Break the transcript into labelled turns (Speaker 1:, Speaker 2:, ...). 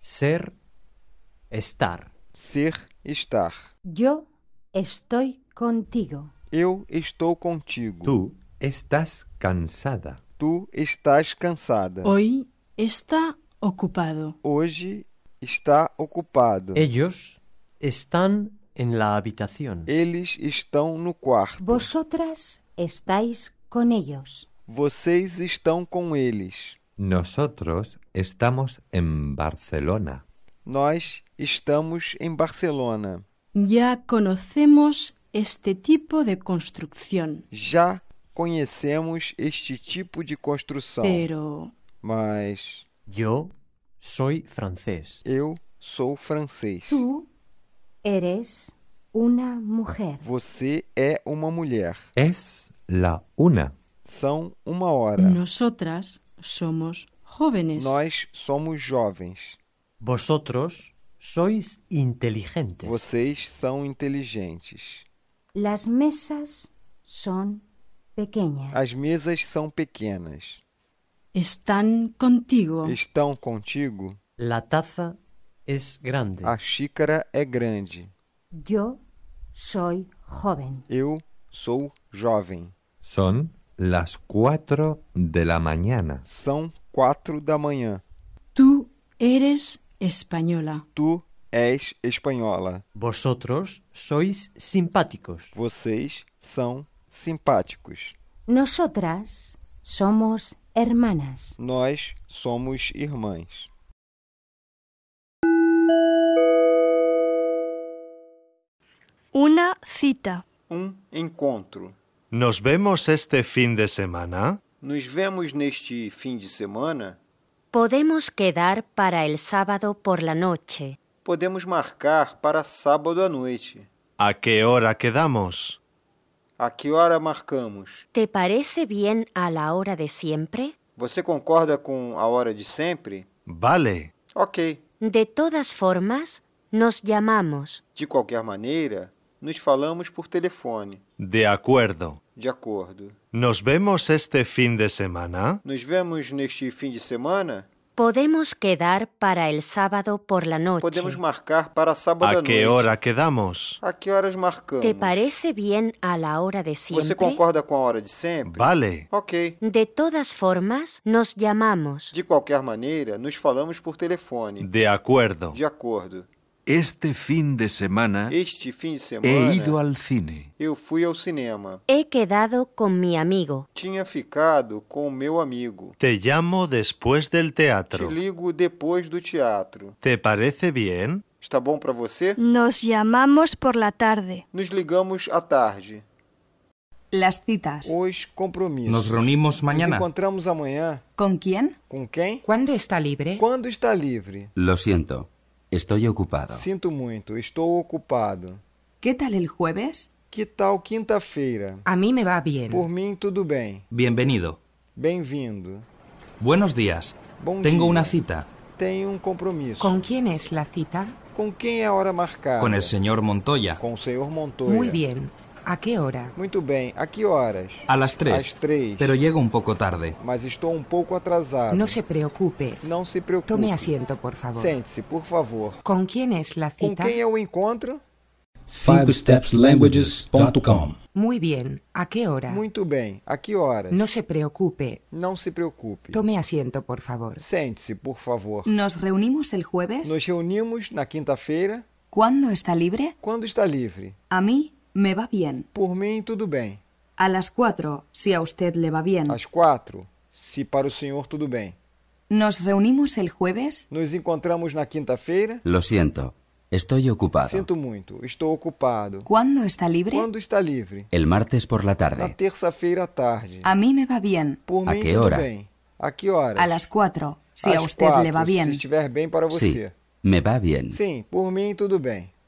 Speaker 1: Ser, estar.
Speaker 2: ser, estar.
Speaker 3: Yo estoy contigo.
Speaker 2: Eu estou contigo.
Speaker 4: Tú estás cansada.
Speaker 2: Tu estás cansada.
Speaker 5: Hoy está ocupado.
Speaker 2: Hoje está ocupado.
Speaker 1: Ellos están en la habitación.
Speaker 2: Eles estão no quarto.
Speaker 3: Vosotras estáis con ellos.
Speaker 2: Vocês estão com eles.
Speaker 4: Nosotros estamos en Barcelona.
Speaker 2: Nós estamos em Barcelona.
Speaker 5: Ya conocemos este tipo de construcción,
Speaker 2: Já conhecemos este tipo de construção.
Speaker 5: pero
Speaker 2: Mas
Speaker 1: Yo soy francés.
Speaker 2: eu sou francês.
Speaker 3: Tú eres una mujer.
Speaker 2: Você é uma mulher.
Speaker 4: Es la una.
Speaker 2: São uma hora.
Speaker 5: nosotras somos jóvenes.
Speaker 2: Nós somos jovens.
Speaker 1: Vosotros sois inteligentes.
Speaker 2: Vocês são inteligentes.
Speaker 3: Las mesas son pequeñas.
Speaker 2: As mesas são pequenas.
Speaker 5: Están contigo.
Speaker 2: Estão contigo?
Speaker 1: La taza es grande.
Speaker 2: A xícara é grande.
Speaker 3: Yo soy joven.
Speaker 2: Eu sou jovem.
Speaker 4: Son las cuatro de la mañana.
Speaker 2: São quatro da manhã.
Speaker 5: Tú eres española.
Speaker 2: Tu és espanhola.
Speaker 1: Vosotros sois simpáticos.
Speaker 2: Vocês são simpáticos.
Speaker 3: Nosotras somos hermanas.
Speaker 2: Nós somos irmãs.
Speaker 6: Una cita.
Speaker 2: Um encontro.
Speaker 7: ¿Nos vemos este fin de semana?
Speaker 2: Nos vemos neste fim de semana?
Speaker 8: Podemos quedar para el sábado por la noche.
Speaker 2: Podemos marcar para sábado à noite.
Speaker 7: ¿A qué hora quedamos?
Speaker 2: A que hora marcamos?
Speaker 8: ¿Te parece bien a la hora de siempre?
Speaker 2: Você concorda com a hora de sempre?
Speaker 7: Vale.
Speaker 2: Ok.
Speaker 8: De todas formas, nos llamamos.
Speaker 2: De qualquer maneira, nos falamos por telefone.
Speaker 7: De acuerdo.
Speaker 2: De acordo.
Speaker 7: ¿Nos vemos este fin de semana?
Speaker 2: Nos vemos neste fim de semana?
Speaker 8: Podemos quedar para el sábado por la noche.
Speaker 2: Podemos marcar para sábado à
Speaker 7: ¿A
Speaker 2: noite.
Speaker 7: qué hora quedamos?
Speaker 2: A que horas marcamos?
Speaker 8: ¿Te parece bien a la hora de siempre?
Speaker 2: Você concorda com a hora de sempre?
Speaker 7: Vale.
Speaker 2: Ok.
Speaker 8: De todas formas, nos llamamos.
Speaker 2: De qualquer maneira, nos falamos por telefone.
Speaker 7: De acuerdo.
Speaker 2: De acordo.
Speaker 9: Este fin de semana
Speaker 2: Este fim de semana,
Speaker 9: he ido al cine.
Speaker 2: eu fui ao cinema.
Speaker 8: He quedado con mi amigo.
Speaker 2: Tinha ficado com o meu amigo.
Speaker 7: Te llamo después del
Speaker 2: Te
Speaker 7: teatro.
Speaker 2: ligo depois do teatro.
Speaker 7: ¿Te parece bien?
Speaker 2: Está bom pra você?
Speaker 6: Nos llamamos por la tarde.
Speaker 2: Nos ligamos à tarde.
Speaker 10: Las citas.
Speaker 2: Os compromissos.
Speaker 11: Nos reunimos
Speaker 2: Nos
Speaker 11: mañana.
Speaker 2: encontramos amanhã.
Speaker 10: ¿Con quién?
Speaker 2: Com quem?
Speaker 10: ¿Cuándo está libre?
Speaker 2: Quando está livre?
Speaker 9: Lo siento, estoy ocupado.
Speaker 2: Sinto muito, estou ocupado.
Speaker 10: ¿Qué tal el jueves?
Speaker 2: Que tal quinta-feira?
Speaker 10: A mí me va bien.
Speaker 2: Por mim, tudo bem.
Speaker 11: Bienvenido.
Speaker 2: Bem-vindo.
Speaker 11: Buenos días.
Speaker 2: Bom
Speaker 11: Tengo
Speaker 2: dia.
Speaker 11: una cita
Speaker 2: Tenho um compromisso.
Speaker 10: ¿Con quién es la cita?
Speaker 2: Com quem é a hora marcada?
Speaker 11: con el señor Montoya.
Speaker 2: Com o senhor Montoya.
Speaker 10: bien. ¿A qué hora?
Speaker 2: Muito bem. A que horas?
Speaker 11: A las
Speaker 2: Às
Speaker 11: tres.
Speaker 2: três.
Speaker 11: Pero llego un poco tarde.
Speaker 2: Mas estou um pouco atrasado.
Speaker 10: preocupe.
Speaker 2: Não se preocupe.
Speaker 10: por favor.
Speaker 2: Sente-se, por favor.
Speaker 10: ¿Con quién es la
Speaker 2: Com quem eu encontro?
Speaker 9: stepslanguages.com
Speaker 10: Muy bien. ¿A qué hora?
Speaker 2: Muito bem. A que horas?
Speaker 10: se preocupe.
Speaker 2: Não se preocupe.
Speaker 10: asiento, por favor.
Speaker 2: Sente-se, por favor.
Speaker 10: ¿Nos reunimos el jueves?
Speaker 2: Nos reunimos na quinta-feira,
Speaker 10: ¿Cuándo está libre?
Speaker 2: quando está livre.
Speaker 10: A mí me va bien.
Speaker 2: Por mim, tudo bem.
Speaker 10: A las cuatro, si a usted le va bien.
Speaker 2: Às quatro, se para o senhor tudo bem.
Speaker 10: ¿Nos reunimos el jueves?
Speaker 2: Nos encontramos na quinta-feira.
Speaker 9: Lo siento, estoy ocupado.
Speaker 2: Sinto muito, estou ocupado.
Speaker 10: ¿Cuándo está libre?
Speaker 2: Quando está livre?
Speaker 9: El martes por la
Speaker 2: Na
Speaker 9: tarde.
Speaker 2: terça-feira à tarde.
Speaker 10: A mí me va bien.
Speaker 2: Por
Speaker 9: A
Speaker 2: mim,
Speaker 9: que
Speaker 2: tudo
Speaker 9: hora?
Speaker 2: bem. A que horas?
Speaker 10: A las cuatro, si a
Speaker 2: Às
Speaker 10: usted le
Speaker 2: quatro,
Speaker 10: va
Speaker 2: Se
Speaker 10: bien.
Speaker 2: estiver bem para
Speaker 9: Sí,
Speaker 2: você.
Speaker 9: me va bien.
Speaker 2: Sim, por mim, tudo bem.